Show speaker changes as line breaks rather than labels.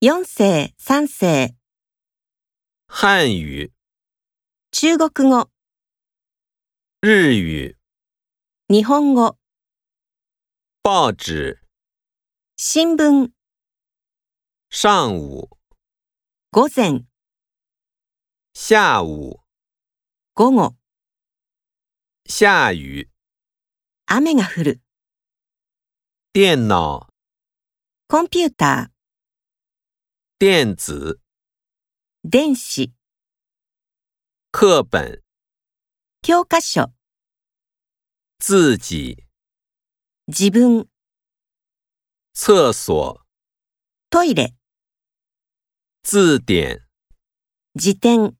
4世、3世、
汉语、
中国語、
日语、
日本語、
报纸、
新聞、
上午、
午前、
下午、
午後、
下雨、
雨が降る、
电脑、
コンピュータ
电子、
ー、電子、
课本、
教科書、
自己、
自分、
厕所、
トイレ、
字典。
辞典。